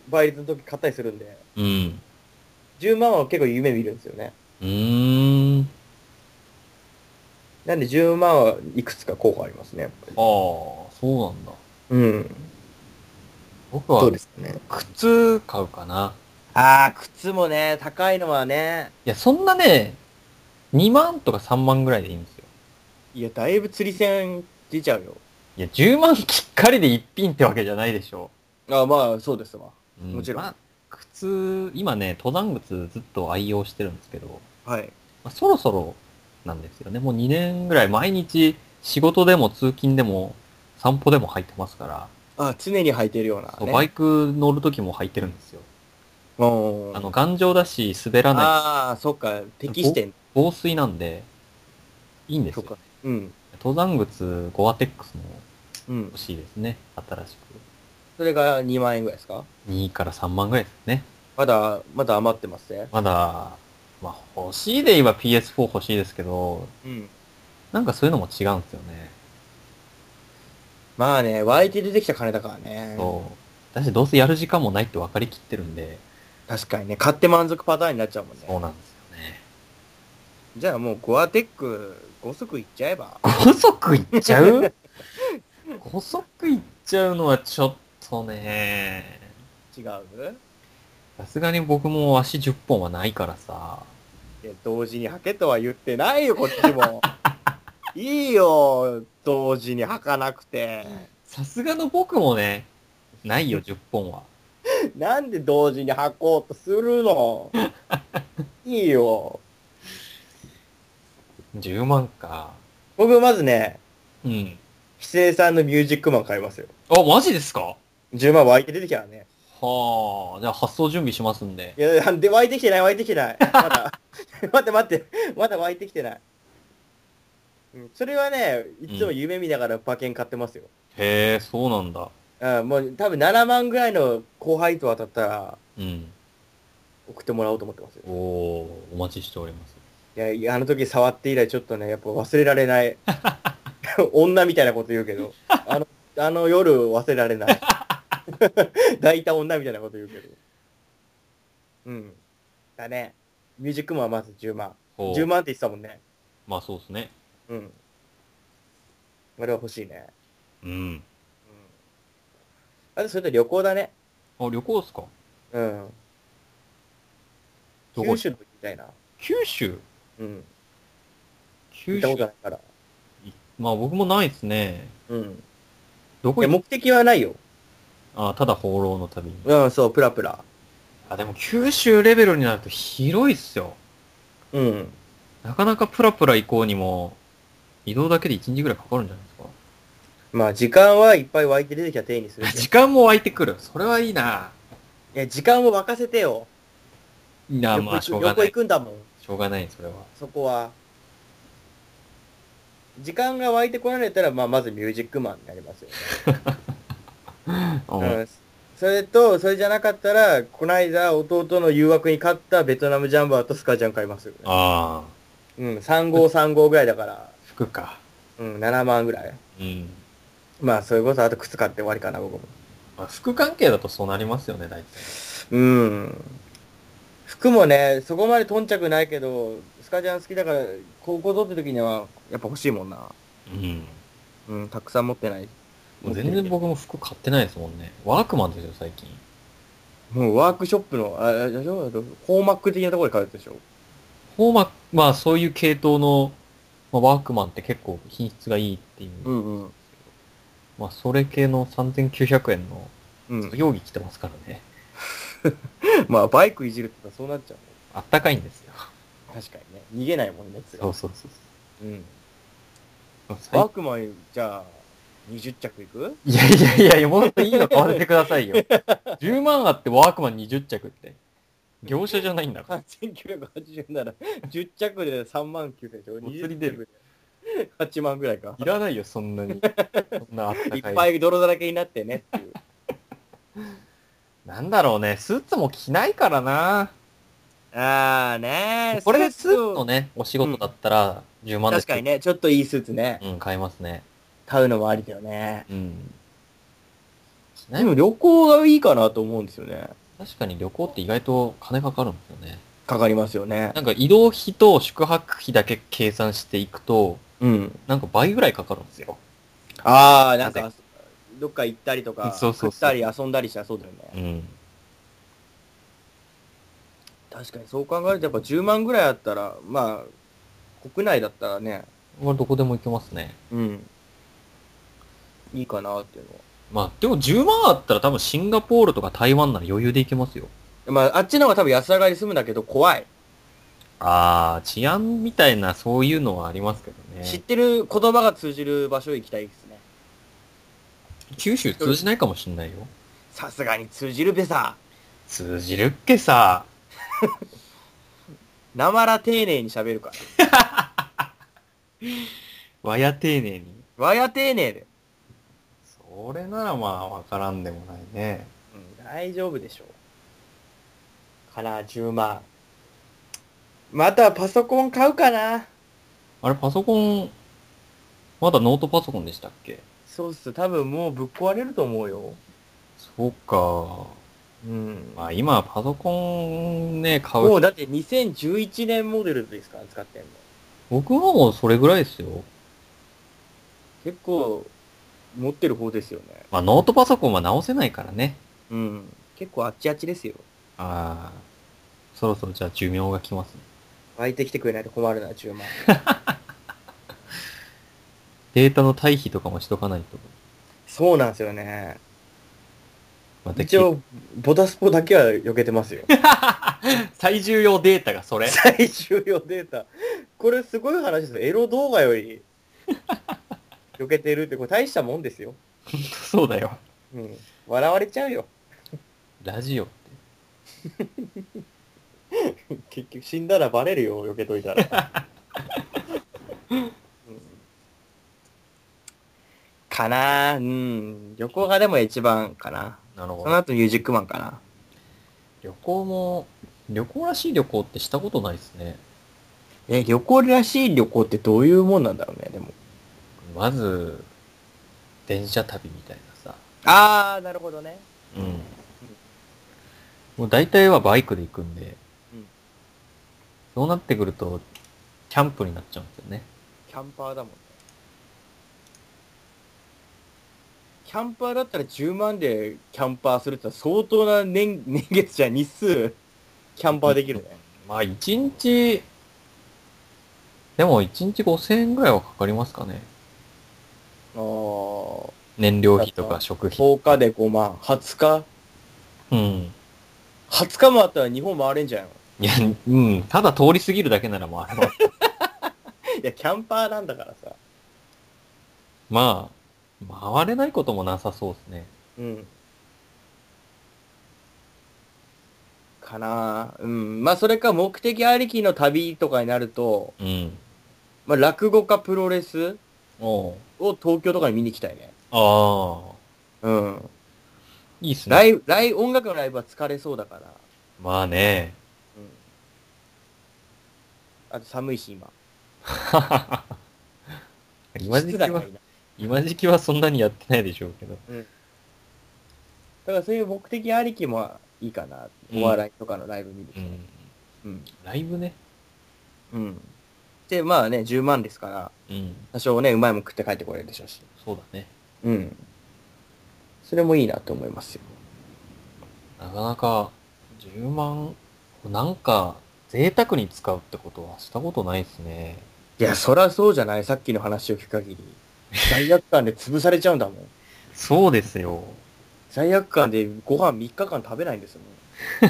Speaker 5: 倍率の時買ったりするんで、
Speaker 4: う。うん。
Speaker 5: 10万は結構夢見るんですよね。
Speaker 4: うーん。
Speaker 5: なんで10万はいくつか候補ありますね、やっぱり
Speaker 4: ああ、そうなんだ。
Speaker 5: うん。
Speaker 4: 僕
Speaker 5: そ
Speaker 4: は
Speaker 5: うですね。
Speaker 4: 靴買うかな。
Speaker 5: ああ、靴もね、高いのはね、
Speaker 4: いや、そんなね、2万とか3万ぐらいでいいんですよ。
Speaker 5: いや、だいぶ釣り線出ちゃうよ。
Speaker 4: いや、10万きっかりで一品ってわけじゃないでしょ。
Speaker 5: ああ、まあ、そうですわ。
Speaker 4: う
Speaker 5: もちろん
Speaker 4: まあ靴、今ね、登山靴ずっと愛用してるんですけど、ま
Speaker 5: はい。
Speaker 4: あ、そろそろなんですよね。もう2年ぐらい毎日仕事でも通勤でも散歩でも履いてますから、
Speaker 5: あ常に履いてるような、ね。
Speaker 4: バイク乗るときも履いてるんですよ。
Speaker 5: うん
Speaker 4: あの、頑丈だし滑らない、
Speaker 5: ああ、そっか、適してん。
Speaker 4: 防水なんで、いいんです
Speaker 5: そ
Speaker 4: よ
Speaker 5: っ、か。うん。
Speaker 4: 登山靴、ゴアテックスも
Speaker 5: うん
Speaker 4: 欲。しいですね。新し
Speaker 5: それが2万円ぐらいですか
Speaker 4: く。2から3万ぐらいですね。
Speaker 5: まだ、まだ余ってますね。
Speaker 4: まだ、まあ欲しいで言えば PS4 欲しいですけど、
Speaker 5: うん。
Speaker 4: なんかそういうのも違うんですよね。
Speaker 5: まあね、湧いて出てきた金だからね。
Speaker 4: そう。私どうせやる時間もないって分かりきってるんで、
Speaker 5: 確かにね、買って満足パターンになっちゃうもん
Speaker 4: そう
Speaker 5: ね。
Speaker 4: なんですよね。
Speaker 5: じゃあもう、ゴアテック5足いっちゃえば。
Speaker 4: 5足いっち
Speaker 5: *laughs*
Speaker 4: ゃう ?5 足いっちゃうのはちょっとね、
Speaker 5: 違う
Speaker 4: さすがに僕も足10本はないからさ、
Speaker 5: いや、同時に履けとは言ってないよ、こっちも。いいよ、同時に履かなくて。
Speaker 4: さすがの僕もね、ないよ10本は。
Speaker 5: なんで同時に履こうとするのいいよ。
Speaker 4: 10万か。
Speaker 5: 僕、まずね、
Speaker 4: うん。
Speaker 5: ひせさんのミュージックマン買いますよ。
Speaker 4: あ、マジですか
Speaker 5: 10万湧いて出てきたらね。
Speaker 4: はあ、じゃあ発送準備しますんで。
Speaker 5: いや、なんで湧いてきてない、湧いてきてない。まだ。待って待って、まだ湧いてきてない。うんそれはね、いつも夢見ながら馬券買ってますよ。
Speaker 4: へえ、そうなんだ。
Speaker 5: うん、もう多分7万ぐらいの後輩と当たったら
Speaker 4: うん。
Speaker 5: 送ってもらおうと思ってますよ。
Speaker 4: おおお待ちしております。
Speaker 5: いやいや、あの時触って以来ちょっとね、やっぱ忘れられ
Speaker 4: *laughs*
Speaker 5: ない。女みたいなこと言うけど、あの、あの夜忘れられ
Speaker 4: *laughs*
Speaker 5: ない。抱いた女みたいなこと言うけど。うん。だね。ミュージックマンはまず10万。
Speaker 4: ほう
Speaker 5: 10万って言ってたもんね。
Speaker 4: まあそうですね。
Speaker 5: うん。あれは欲しいね。
Speaker 4: うん。
Speaker 5: うん。あと、それと旅行だね。
Speaker 4: あ、旅行っすか
Speaker 5: うん。
Speaker 4: どこ
Speaker 5: 九州の行きたいな。
Speaker 4: 九州
Speaker 5: うん。行
Speaker 4: 九
Speaker 5: ったこと
Speaker 4: 州
Speaker 5: ないから。
Speaker 4: まあ僕もないですね。
Speaker 5: うん。
Speaker 4: ど
Speaker 5: い
Speaker 4: こ
Speaker 5: や、
Speaker 4: 行っ
Speaker 5: 目的はないよ。
Speaker 4: あ、ただ放浪の旅に。
Speaker 5: うん、そう、プラプラ。
Speaker 4: あ、でも九州レベルになると広いっすよ。
Speaker 5: うん。
Speaker 4: なかなかプラプラ行こうにも、移動だけで1日ぐらいかかるんじゃないですか。
Speaker 5: まあ、時間はいっぱい湧いて出てきた手にするけど。
Speaker 4: *laughs* 時間も湧いてくる。それはいいな。
Speaker 5: いや、時間を沸かせてよ。
Speaker 4: いいな、
Speaker 5: 旅行
Speaker 4: まあしょう
Speaker 5: 行く
Speaker 4: が
Speaker 5: 旅行
Speaker 4: ない。
Speaker 5: 行くんだもん。
Speaker 4: ししょうがない、それは。
Speaker 5: そこは。時間が湧いてこられたら、まあ、まずミュージックマンになりますよね。
Speaker 4: うん
Speaker 5: うんそれと、それじゃなかったら、この間、弟の誘惑に勝ったベトナムジャンバーとスカジャン買いますよね。
Speaker 4: ああ、
Speaker 5: うん、3号3号ぐらいだから、
Speaker 4: 服か。
Speaker 5: うん、7万ぐらい。
Speaker 4: うん。
Speaker 5: まあ、それこそ、あと靴買って終わりかな、僕も。
Speaker 4: まあ、服関係だとそうなりますよね、大体。
Speaker 5: うん。服もね、そこまで頓着ないけど、スカジャン好きだから、高校取った時には、やっぱ欲しいもんな。
Speaker 4: うん。
Speaker 5: うん、たくさん持ってない。
Speaker 4: もう全然僕も服買ってないですもんね。ワークマンですよ、最近。
Speaker 5: もうワークショップの、あ、あれでしょホーマック的なところで買うやつでしょ
Speaker 4: フォーマまあそういう系統の、まあ、ワークマンって結構品質がいいっていう。
Speaker 5: んうん。
Speaker 4: まあそれ系の3900円の
Speaker 5: うん。
Speaker 4: 容疑着てますからね。
Speaker 5: まあ、バイクいじるってのはそうなっちゃうね。
Speaker 4: あったかいんですよ。
Speaker 5: 確かにね。逃げないもんね、
Speaker 4: *laughs* そうそうそう
Speaker 5: うん。
Speaker 4: そう。
Speaker 5: ワ
Speaker 4: は
Speaker 5: ークマン、じゃあ、20着いく
Speaker 4: いいやいやいやいや、もっといいの買わせてくだ *laughs* さいよ。10万あってワークマン20着って。業者じゃないんだから。
Speaker 5: ?8980 なら、10着で3万9千円でしょ
Speaker 4: お釣り出る。
Speaker 5: 20着で8万ぐらいか。
Speaker 4: いらないよ、そんなに。そんなあったか
Speaker 5: い
Speaker 4: *laughs* い。
Speaker 5: っぱい泥だらけになってねっていう。
Speaker 4: なんだろうね、スーツも着ないからな。
Speaker 5: *laughs* あーね
Speaker 4: これでスーツの
Speaker 5: を
Speaker 4: ね、お仕事だったら10万で
Speaker 5: 確かにね、ちょっといいスーツね。
Speaker 4: うん、買えますね。
Speaker 5: 買うのもありだよね。
Speaker 4: うん。
Speaker 5: でも旅行がいいかなと思うんですよね。
Speaker 4: 確かに旅行って意外と金かかるんですよね。
Speaker 5: かかりますよね
Speaker 4: な。んか移動費と宿泊費だけ計算していくと、
Speaker 5: うん。
Speaker 4: なんか倍ぐらいかかるんですよ。
Speaker 5: ああ、なん
Speaker 4: な
Speaker 5: か、どっか行ったりとか、
Speaker 4: そうそうそう
Speaker 5: 食ったり遊んだりしたらそうだよね。
Speaker 4: ん。
Speaker 5: 確かにそう考えると、やっぱ10万ぐらいあったら、まあ、国内だったらね、
Speaker 4: まあどこでも行けますね。
Speaker 5: うん。いいかなっていうのは。
Speaker 4: まあでも10万あったら多分シンガポールとか台湾なら余裕で行けますよ。
Speaker 5: まあ、あっちの方が多分安上がりに住むんだけど、怖い。
Speaker 4: あー、治安みたいなそういうのはありますけど
Speaker 5: 知っ
Speaker 4: ね。
Speaker 5: てる言葉が通じる場所行きたいですね。
Speaker 4: 九州通じないかもしんないよ。
Speaker 5: さすがに通じるべさ。
Speaker 4: 通じるっけさ。
Speaker 5: なまら丁寧に喋るから。
Speaker 4: わや丁寧に。
Speaker 5: わや丁寧で。
Speaker 4: それならまあわからんでもないね。
Speaker 5: うん、大丈夫でしょう。かな、10万。またパソコン買うかな。
Speaker 4: あれパソコン、まだノートパソコンでしたっけ
Speaker 5: そうっす。多分もうぶっ壊れると思うよ。
Speaker 4: そうか。
Speaker 5: うん。
Speaker 4: まあ今パソコンね、買
Speaker 5: も
Speaker 4: う。
Speaker 5: うだって2011年モデルですから使ってんの。
Speaker 4: 僕はもうそれぐらいですよ。
Speaker 5: 結構、持ってる方ですよね。
Speaker 4: まあノートパソコンは直せないからね。
Speaker 5: うん。結構あっちあっちですよ。
Speaker 4: ああ。そろそろじゃあ寿命が来ますね。
Speaker 5: 湧いてきてくれないと困るな、10万。
Speaker 4: データの対比とかもしとかないと。
Speaker 5: そうなんですよね。
Speaker 4: また
Speaker 5: 一応、ボタスポだけは避けてますよ。
Speaker 4: 最重要データがそれ。
Speaker 5: 最終用データ。これすごい話ですよ。エロ動画より、避けてるって、これ大したもんですよ。
Speaker 4: *laughs* そうだよ。
Speaker 5: うん。笑われちゃうよ。
Speaker 4: ラジオって。
Speaker 5: 結局死んだらバレるよ、避けといたら。 *laughs* うんかなぁうん。旅行がでも一番かな。
Speaker 4: なるほ
Speaker 5: そ
Speaker 4: ど
Speaker 5: の。後ミュージックマンかな。
Speaker 4: 旅行も、旅行らしい旅行ってしたことないですね。
Speaker 5: え、旅行らしい旅行ってどういうもんなんだろうね、でも。
Speaker 4: まず、電車旅みたいなさ。
Speaker 5: あー、なるほどね。
Speaker 4: うん。もう大体はバイクで行くんで、
Speaker 5: うん
Speaker 4: そうなってくると、キャンプになっちゃうんですよね。
Speaker 5: キャンパーだもんね。キャンパーだったら10万でキャンパーするってのは相当な年年月じゃ日数、キャンパーできるね。
Speaker 4: まあ一日、でも一日5000円ぐらいはかかりますかね。
Speaker 5: あー。
Speaker 4: 燃料費とか食費。
Speaker 5: 10日で5万、20日
Speaker 4: うん。
Speaker 5: 20日もあったら日本回れんじゃん。
Speaker 4: いや、うん。ただ通り過ぎるだけならもうあれ *laughs* は。
Speaker 5: いや、キャンパーなんだからさ。
Speaker 4: まあ、回れないこともなさそうですね。
Speaker 5: うん。かな。うん。まあ、それか目的ありきの旅とかになると、
Speaker 4: うん。
Speaker 5: まあ、落語かプロレス
Speaker 4: おう
Speaker 5: を東京とかに見に行きたいね。
Speaker 4: ああ。
Speaker 5: うん。
Speaker 4: いいっす
Speaker 5: ラ
Speaker 4: ね。
Speaker 5: イブ、ライブ、音楽のライブは疲れそうだから。
Speaker 4: まあね。
Speaker 5: うん。あと寒いし、今。
Speaker 4: *laughs* 今時期
Speaker 5: 室内が、
Speaker 4: はい
Speaker 5: いな
Speaker 4: 今時期はそんなにやってないでしょうけど。
Speaker 5: だからそういう目的ありきもいいかな。
Speaker 4: うん
Speaker 5: お笑いとかのライブ見ると
Speaker 4: う
Speaker 5: ね、
Speaker 4: ん。
Speaker 5: うん。
Speaker 4: ライブね。
Speaker 5: うん。で、まあね、10万ですから、
Speaker 4: うん。
Speaker 5: 多少ね、うまいもん食って帰ってこれるでしょうし。
Speaker 4: そうだね。
Speaker 5: うん。それもいいなと思いますよ。
Speaker 4: なかなか、10万、なんか、贅沢に使うってことはしたことないですね。
Speaker 5: いや、そらそうじゃない。さっきの話を聞く限り。罪悪感で潰されちゃうんだもん。
Speaker 4: そうですよ。
Speaker 5: 罪悪感でご飯3日間食べないんですよ、ね。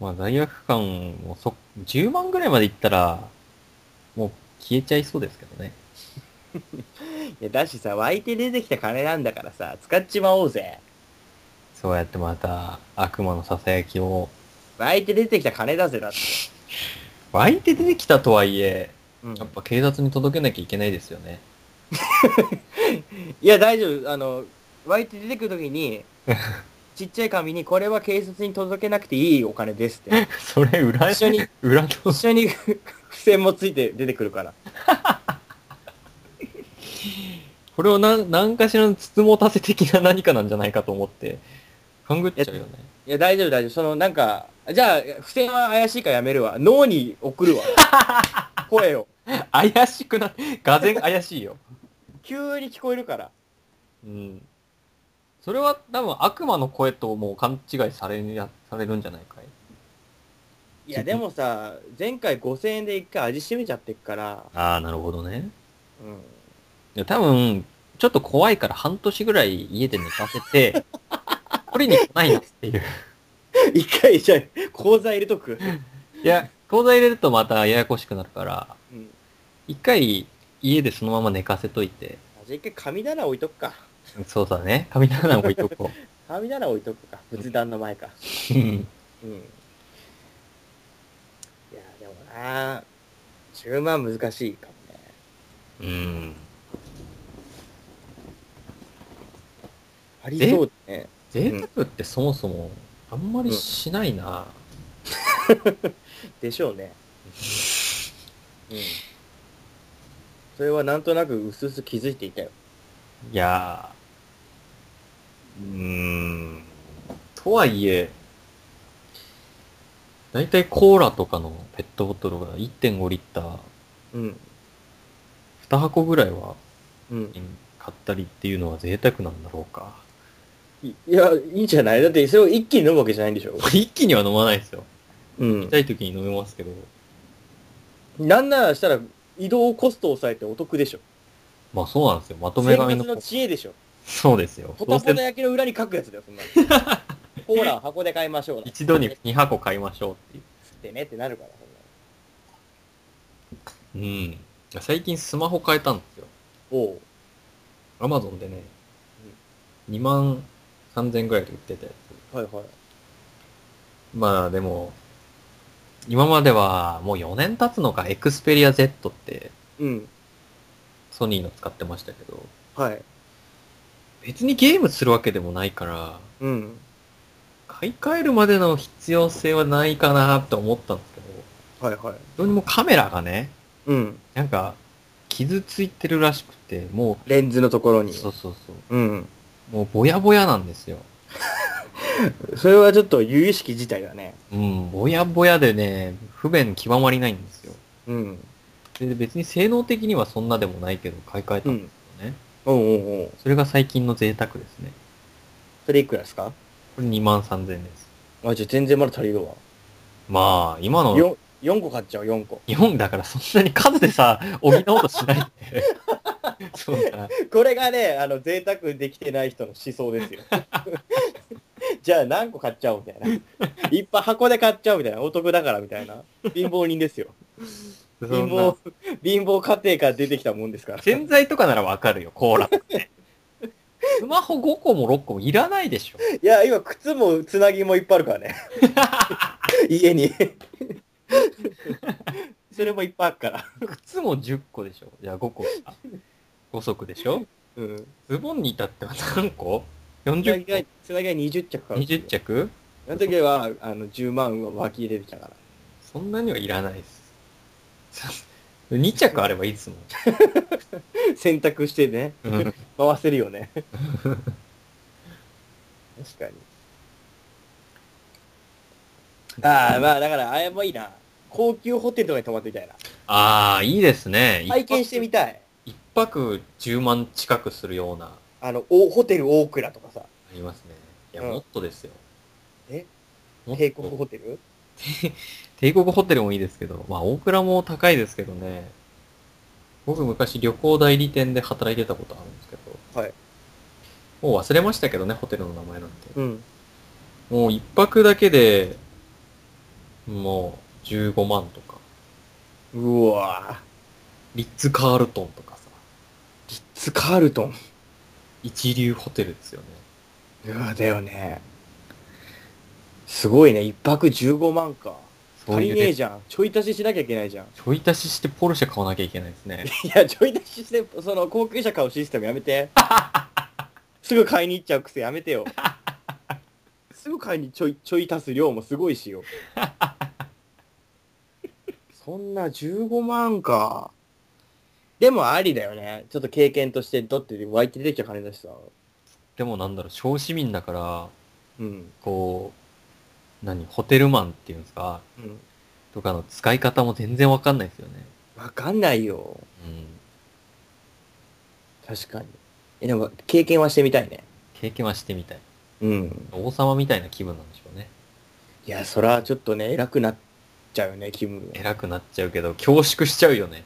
Speaker 4: まあ、罪悪感もそ、10万ぐらいまでいったら、もう消えちゃいそうですけどね。
Speaker 5: いや、だしさ、湧いて出てきた金なんだからさ、使っちまおうぜ。
Speaker 4: そうやってまた、悪魔のささやきを、
Speaker 5: 湧いて出てきた金だぜ、だって。
Speaker 4: 湧いて出てきたとはいえ、
Speaker 5: うん
Speaker 4: やっぱ警察に届けなきゃいけないですよね。
Speaker 5: いや、大丈夫。あの、湧いて出てくるとき *laughs* に、ちっちゃい紙に、これは警察に届けなくていいお金です *laughs* って。
Speaker 4: それ、裏、
Speaker 5: 一緒に、
Speaker 4: 裏の
Speaker 5: 一緒に *laughs* 付箋もついて出てくるから。
Speaker 4: これを何何かしらの筒持たせ的な何かなんじゃないかと思って、勘ぐっちゃうよね。
Speaker 5: いや、大丈夫、大丈夫。その、なんか、じゃあ、付箋は怪しいからやめるわ。脳に送 *laughs* るわ。声を。
Speaker 4: 怪しくな、がぜん怪しいよ。
Speaker 5: 急に聞こえるから。
Speaker 4: うん。それは多分悪魔の声ともう勘違いされやされるんじゃないかい
Speaker 5: いや、でもさ、前回5000円で一回味しめちゃってっから、
Speaker 4: ああ、なるほどね。
Speaker 5: *laughs* うん。
Speaker 4: いや多分、ちょっと怖いから半年ぐらい家で寝かせて、 *laughs* 取りに来ないなっていう。
Speaker 5: 一回、じゃあ、口座入れとく。
Speaker 4: いや、口座入れるとまたややこしくなるから、
Speaker 5: うん。
Speaker 4: 一回家でそのまま寝かせといて、
Speaker 5: じゃあ一回神棚置いとくか。
Speaker 4: そうだね、神棚置いとこ
Speaker 5: 神棚置いとくか。仏壇の前か。
Speaker 4: *laughs* う。うん
Speaker 5: うん。いや、でもな、10万難しいかもね。
Speaker 4: うん。
Speaker 5: ありそうだね。
Speaker 4: 贅沢ってそもそもあんまりしないな。
Speaker 5: でしょうね。うん。それはなんとなくうすうす気づいていたよ。
Speaker 4: いやー、うーん。とはいえ、だいたいコーラとかのペットボトルが1.5リッター、
Speaker 5: うん。
Speaker 4: 2箱ぐらいは
Speaker 5: うん。
Speaker 4: 買ったりっていうのは贅沢なんだろうか。
Speaker 5: いいや、いいんじゃないだってそれを一気に飲むわけじゃないんでしょ
Speaker 4: 一気には飲まないですよ。
Speaker 5: うん。
Speaker 4: 痛い時に飲めますけど。
Speaker 5: なんならしたら移動コストを抑えてお得でしょ。
Speaker 4: まあそうなんですよ。まとめ
Speaker 5: 生
Speaker 4: 買
Speaker 5: 活
Speaker 4: いの。
Speaker 5: の知恵でしょ。
Speaker 4: そうですよ。
Speaker 5: ポタポタ
Speaker 4: どうせ
Speaker 5: 焼きの裏に書くやつだよ、そんな
Speaker 4: *laughs*
Speaker 5: のコーラを箱で買いましょう。
Speaker 4: 一度に2箱買いましょうっていう。
Speaker 5: ってねってなるから、そんな
Speaker 4: うん。最近スマホ変えたんですよ。
Speaker 5: のおう。
Speaker 4: アマゾンでね、2万3000円ぐらいで売ってて。
Speaker 5: はいはい。
Speaker 4: まあでも、今まではもう4年経つのか、エクスペリア Z って
Speaker 5: うん。
Speaker 4: ソニーの使ってましたけど、
Speaker 5: はい。
Speaker 4: 別にゲームするわけでもないから、
Speaker 5: うん。
Speaker 4: 買い替えるまでの必要性はないかなって思ったんですけど、
Speaker 5: はいはい。
Speaker 4: どうにもカメラがね、
Speaker 5: うん。
Speaker 4: なんか、傷ついてるらしくて、も
Speaker 5: レンズのところ
Speaker 4: う、
Speaker 5: に。
Speaker 4: そうそうそう、
Speaker 5: うん。
Speaker 4: もうぼやぼやなんですよ。
Speaker 5: それはちょっと由々しき事態だね。
Speaker 4: うん、ぼやぼやでね、不便極まりないんですよ。
Speaker 5: うん。
Speaker 4: で別に性能的にはそんなでもないけど、買い替えたんですよね。
Speaker 5: おうおうおう。
Speaker 4: それが最近の贅沢ですね。
Speaker 5: それいくらですか
Speaker 4: これ2万3000円です。
Speaker 5: あ、じゃあ全然まだ足りるわ。
Speaker 4: まあ、今の
Speaker 5: よ4個買っちゃう、4個。
Speaker 4: 日本だからそんなに数
Speaker 5: *laughs*
Speaker 4: でさ、補おうとしないんで。 *laughs* そうだな。
Speaker 5: これがね、あの、贅沢できてない人の思想ですよ。 *laughs* じゃあ何個買っちゃおうみたいな。いっぱい箱で買っちゃうみたいな。お得だからみたいな。貧乏人ですよ。
Speaker 4: そ
Speaker 5: 貧
Speaker 4: んな
Speaker 5: 乏、貧乏家庭から出てきたもんですから。
Speaker 4: 洗剤とかならわかるよ、コーラ。スマホ5個も6個もいらないでしょ。
Speaker 5: いや、今、靴もつなぎもいっぱいあるからね。家
Speaker 4: *laughs*
Speaker 5: に。それもいっぱいあるから。
Speaker 4: 靴も10個でしょ。じゃあ5個か。5足でしょ。
Speaker 5: うん。
Speaker 4: ズボンに至っては何個
Speaker 5: つなぎが
Speaker 4: ?40 、
Speaker 5: つなぎが20着か
Speaker 4: 個
Speaker 5: ら。
Speaker 4: ?20。着
Speaker 5: あの時は、あの、10万は湧き入れてきたから。
Speaker 4: そんなにはいらないです。2着あればいいですもん。
Speaker 5: 洗濯してね、
Speaker 4: うん
Speaker 5: 回せるよ
Speaker 4: *laughs*
Speaker 5: ね。確かに。ああ、まあだから、あれもいいな。高級ホテルとかに泊まってみたいな。
Speaker 4: ああ、いいですね。
Speaker 5: 体験してみたい。
Speaker 4: 一泊10万近くするような、あ
Speaker 5: あの、おホテル大倉とかさ、
Speaker 4: りますね。いや、
Speaker 5: うん
Speaker 4: もっとですよ。
Speaker 5: え
Speaker 4: もっと
Speaker 5: 帝国ホテル
Speaker 4: 帝国ホテルもいいですけど、まあ、大倉も高いですけどね。僕昔旅行代理店で働いてたことあるんですけど。
Speaker 5: はい。
Speaker 4: もう忘れましたけどね、ホテルの名前なんて。
Speaker 5: うん。
Speaker 4: もう一泊だけで、もう15万とか、
Speaker 5: うわ
Speaker 4: リッツ・カールトンとかさ、
Speaker 5: ぁ。スカールトン。
Speaker 4: 一流ホテルですよね。
Speaker 5: うわだよね。すごいね。一泊15万か。
Speaker 4: そう
Speaker 5: 足
Speaker 4: い
Speaker 5: り
Speaker 4: う
Speaker 5: ねえ
Speaker 4: ね、
Speaker 5: じゃん。ちょい足ししなきゃいけないじゃん。
Speaker 4: ちょい足ししてポルシェ買わなきゃいけないですね。 *laughs*
Speaker 5: *laughs* いや、ちょい出しして、その、高級車買うシステムやめて。すぐ買いに行っちゃう癖やめてよ。すぐ買いにちょい、ちょい足す量もすごいしよ。そんな15万か。でもありだよね。ちょっと経験として、だって湧いて出てきた金だしさ。
Speaker 4: でもなんだろう、小市民だから、
Speaker 5: うん。
Speaker 4: こう、何、ホテルマンっていうんですか、
Speaker 5: うん。
Speaker 4: とかの使い方も全然わかんないですよね。
Speaker 5: わかんないよ。
Speaker 4: うん。
Speaker 5: 確かに。え、でも、経験はしてみたいね。
Speaker 4: 経験はしてみたい。
Speaker 5: うん。
Speaker 4: 王様みたいな気分なんでしょうね。
Speaker 5: いや、そら、ちょっとね、偉くなっちゃうよね、気分が。
Speaker 4: 偉くなっちゃうけど、恐縮しちゃうよね。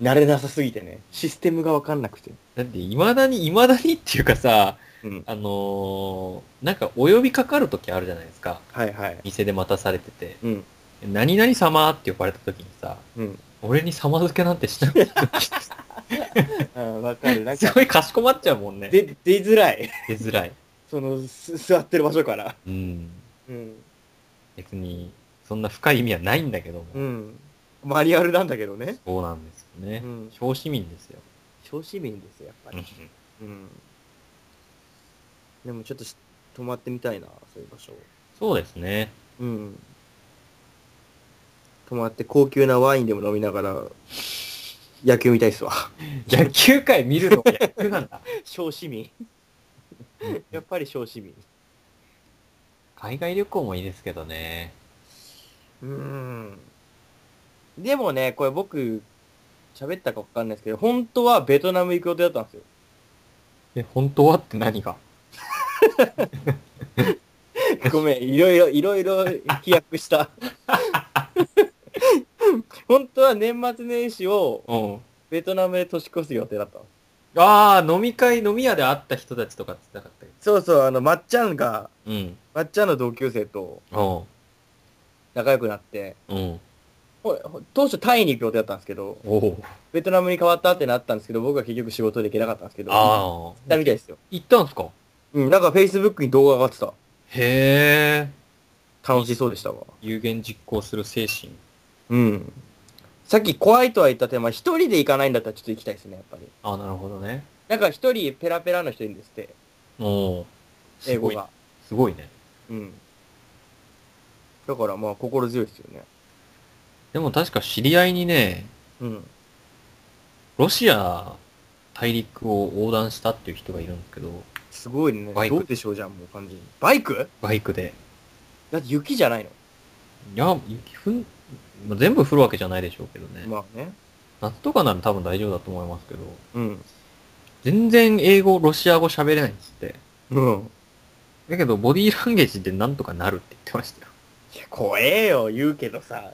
Speaker 5: 慣れなさすぎてね。システムがわかんなくて。
Speaker 4: だって、未だに、未だにっていうかさ、
Speaker 5: うん。
Speaker 4: あのーなんかお呼びかかるときあるじゃないですか。
Speaker 5: はいはい。
Speaker 4: 店で待たされてて。
Speaker 5: うん。
Speaker 4: 何々様って呼ばれたときにさ、
Speaker 5: うん。
Speaker 4: 俺に様付けなんてしなくて、
Speaker 5: あわかる。なん
Speaker 4: す
Speaker 5: か、
Speaker 4: ごいかしこまっちゃうもんね。
Speaker 5: で、出づらい。
Speaker 4: 出づらい。
Speaker 5: その、す座ってる場所から。
Speaker 4: うん。
Speaker 5: うん。
Speaker 4: 別に、そんな深い意味はないんだけども。
Speaker 5: うん。マニュアルなんだけどね。
Speaker 4: そうなんですよね。
Speaker 5: うん
Speaker 4: 小市民ですよ。
Speaker 5: 小市民ですよ、やっぱり。うん。でもちょっとし泊まってみたいな、そういう場所。
Speaker 4: そうですね。
Speaker 5: うん。泊まって高級なワインでも飲みながら、野球見たいっすわ。
Speaker 4: *laughs* 野球界見るのが野球なん *laughs* だ。
Speaker 5: *laughs* 小市民。 *laughs* やっぱり小市民。
Speaker 4: 海外旅行もいいですけどね。
Speaker 5: うーんでもね、これ僕、喋ったかわかんないですけど、本当はベトナム行く予定だったんですよ。
Speaker 4: え、本当はって何が
Speaker 5: ごめん、いろいろ、いろいろ飛躍した。本当は年末年始を
Speaker 4: うん。
Speaker 5: ベトナムで年越す予定だったの
Speaker 4: ああ、飲み会、飲み屋で会った人たちとかって言ってなかったけ
Speaker 5: そうそう、あの、まっちゃんが、
Speaker 4: ど。うん。
Speaker 5: まっちゃんの同級生と
Speaker 4: お
Speaker 5: 仲良くなって、
Speaker 4: ううん。
Speaker 5: ほほ当初タイに行く予定だったんですけど、
Speaker 4: おう
Speaker 5: ベトナムに変わったってなったんですけど、僕は結局仕事で行けなかったんですけど、行
Speaker 4: あ
Speaker 5: っ
Speaker 4: あ
Speaker 5: た。みたいですよ。
Speaker 4: 行ったんすか
Speaker 5: うん、なんか Facebook に動画上がってた。
Speaker 4: へえ。
Speaker 5: 楽しそうでしたわ。
Speaker 4: 有言実行する精神。
Speaker 5: うん。さっき怖いとは言ったテーマ、一人で行かないんだったらちょっと行きたいですね、やっぱり。
Speaker 4: ああ、なるほどね。
Speaker 5: なんか一人ペラペラの人いるんですって、
Speaker 4: おう
Speaker 5: 英
Speaker 4: す
Speaker 5: 語
Speaker 4: ごい。
Speaker 5: が。
Speaker 4: すごいね。
Speaker 5: うん。だからまあ心強いですよね。
Speaker 4: でも確か知り合いにね、
Speaker 5: うん。
Speaker 4: ロシア大陸を横断したっていう人がいるんですけど、
Speaker 5: すごいね。
Speaker 4: バイク
Speaker 5: どうでしょうじゃん、もう完全に。バイク
Speaker 4: バイクで。
Speaker 5: だって雪じゃないの。
Speaker 4: いや、雪ふん、まあ全部降るわけじゃないでしょうけどね。
Speaker 5: まあね。
Speaker 4: 夏とかなら多分大丈夫だと思いますけど、
Speaker 5: うん。
Speaker 4: 全然英語、ロシア語喋れないんですって。
Speaker 5: うん。
Speaker 4: だけど、ボディーランゲージでなんとかなるって言ってましたよ。
Speaker 5: いや、怖えよ、言うけどさ。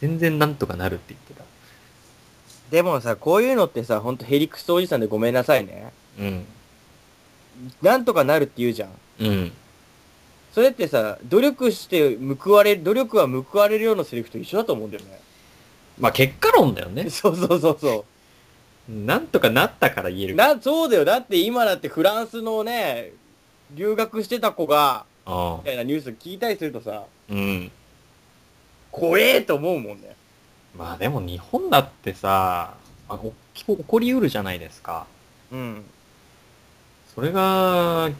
Speaker 4: 全然なんとかなるって言ってた。
Speaker 5: でもさ、こういうのってさ、ほんとヘリクスおじさんでごめんなさいね。
Speaker 4: うん。
Speaker 5: なんとかなるって言うじゃん。
Speaker 4: うん。
Speaker 5: それってさ、努力して報われ、努力は報 *laughs* われるようなセリフと一緒だと思うんだよね。
Speaker 4: まあ、結果論だよね。
Speaker 5: そうそうそうそう。
Speaker 4: なんとかなったから言える。あ
Speaker 5: な、そうだよ。だって今だってフランスのね、留学してた子が、
Speaker 4: あ
Speaker 5: み。たいなニュース聞いたりするとさ、
Speaker 4: うん。
Speaker 5: 怖えと思うもんね。
Speaker 4: まあでも日本だってさ、あお起こ起こりうるじゃないですか。
Speaker 5: うん。
Speaker 4: それが、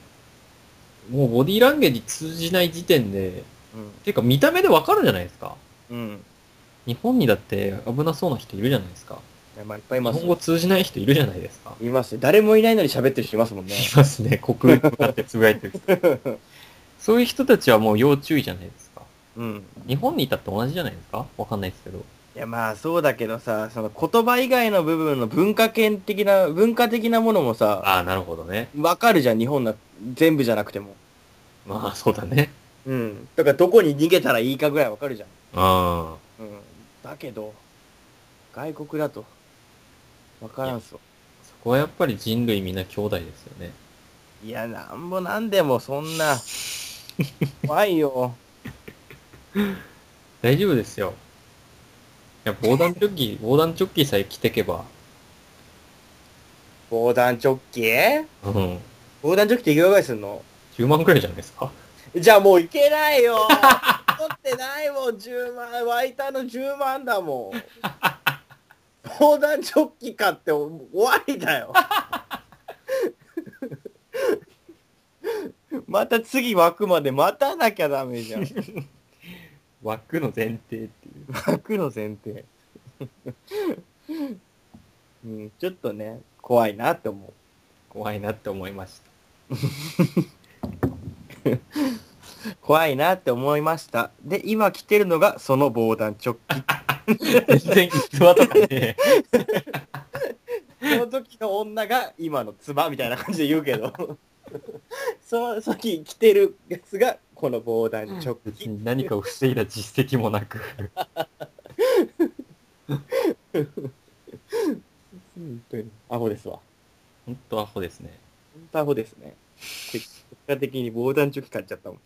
Speaker 4: もうボディーランゲージ通じない時点で、ていうか見た目でわかるじゃないですか。
Speaker 5: うん。うん。
Speaker 4: 日本にだって危なそうな人いるじゃないですか。
Speaker 5: いやまあ、いっぱいい
Speaker 4: 日
Speaker 5: ます
Speaker 4: 本。語通じない人いるじゃないですか。
Speaker 5: います。誰もいないのに喋ってる人いますもんね。
Speaker 4: いますね。国語だってつぶやいてる人。 *laughs* そういう人たちはもう要注意じゃないですか。
Speaker 5: *laughs* うん。
Speaker 4: 日本にいたって同じじゃないですかわかんないですけど。
Speaker 5: いやまあそうだけどさ、その言葉以外の部分の文化圏的な、文化的なものもさ、
Speaker 4: ああ、なるほどね。
Speaker 5: わかるじゃん、日本な、全部じゃなくても。
Speaker 4: まあ、そうだね。
Speaker 5: うん。だからどこに逃げたらいいかぐらいわかるじゃん。
Speaker 4: うん。
Speaker 5: うん。だけど、外国だと、わからんぞ。
Speaker 4: そこはやっぱり人類みんな兄弟ですよね。
Speaker 5: いや、なんぼなんでもそんな、 *laughs* 怖いよ。
Speaker 4: 大丈夫ですよ。いや、防弾チョッ *laughs* キ、防弾チョッキさえ着てけば。
Speaker 5: 防弾チョッキ
Speaker 4: うん。
Speaker 5: 防弾チョッキっていくらぐらいすんの
Speaker 4: 10万くらいじゃないですか
Speaker 5: じゃあもういけないよ取ってないもん、10万、湧いたの10万だもん。防弾チョッキ買って終わりだよ。また次湧くまで待たなきゃダメじゃん。
Speaker 4: 枠の前提っていう。
Speaker 5: 湧くの前提。うん、ちょっとね、怖いなって思う。
Speaker 4: 怖いなって思いました。
Speaker 5: 怖いなって思いました。で、今着てるのがその防弾チョッキ。
Speaker 4: 全然逸話とか *laughs* ね。
Speaker 5: その時の女が今の妻みたいな感じで言うけど、 *laughs* その時着てるやつがこの防弾チョッ
Speaker 4: 別
Speaker 5: キ。
Speaker 4: に何かを防いだ実績もなく。
Speaker 5: 本当にアホですわ。
Speaker 4: ほんとアホですね。
Speaker 5: 本当アホですね。結果的に防弾チョッキ買っちゃったもん。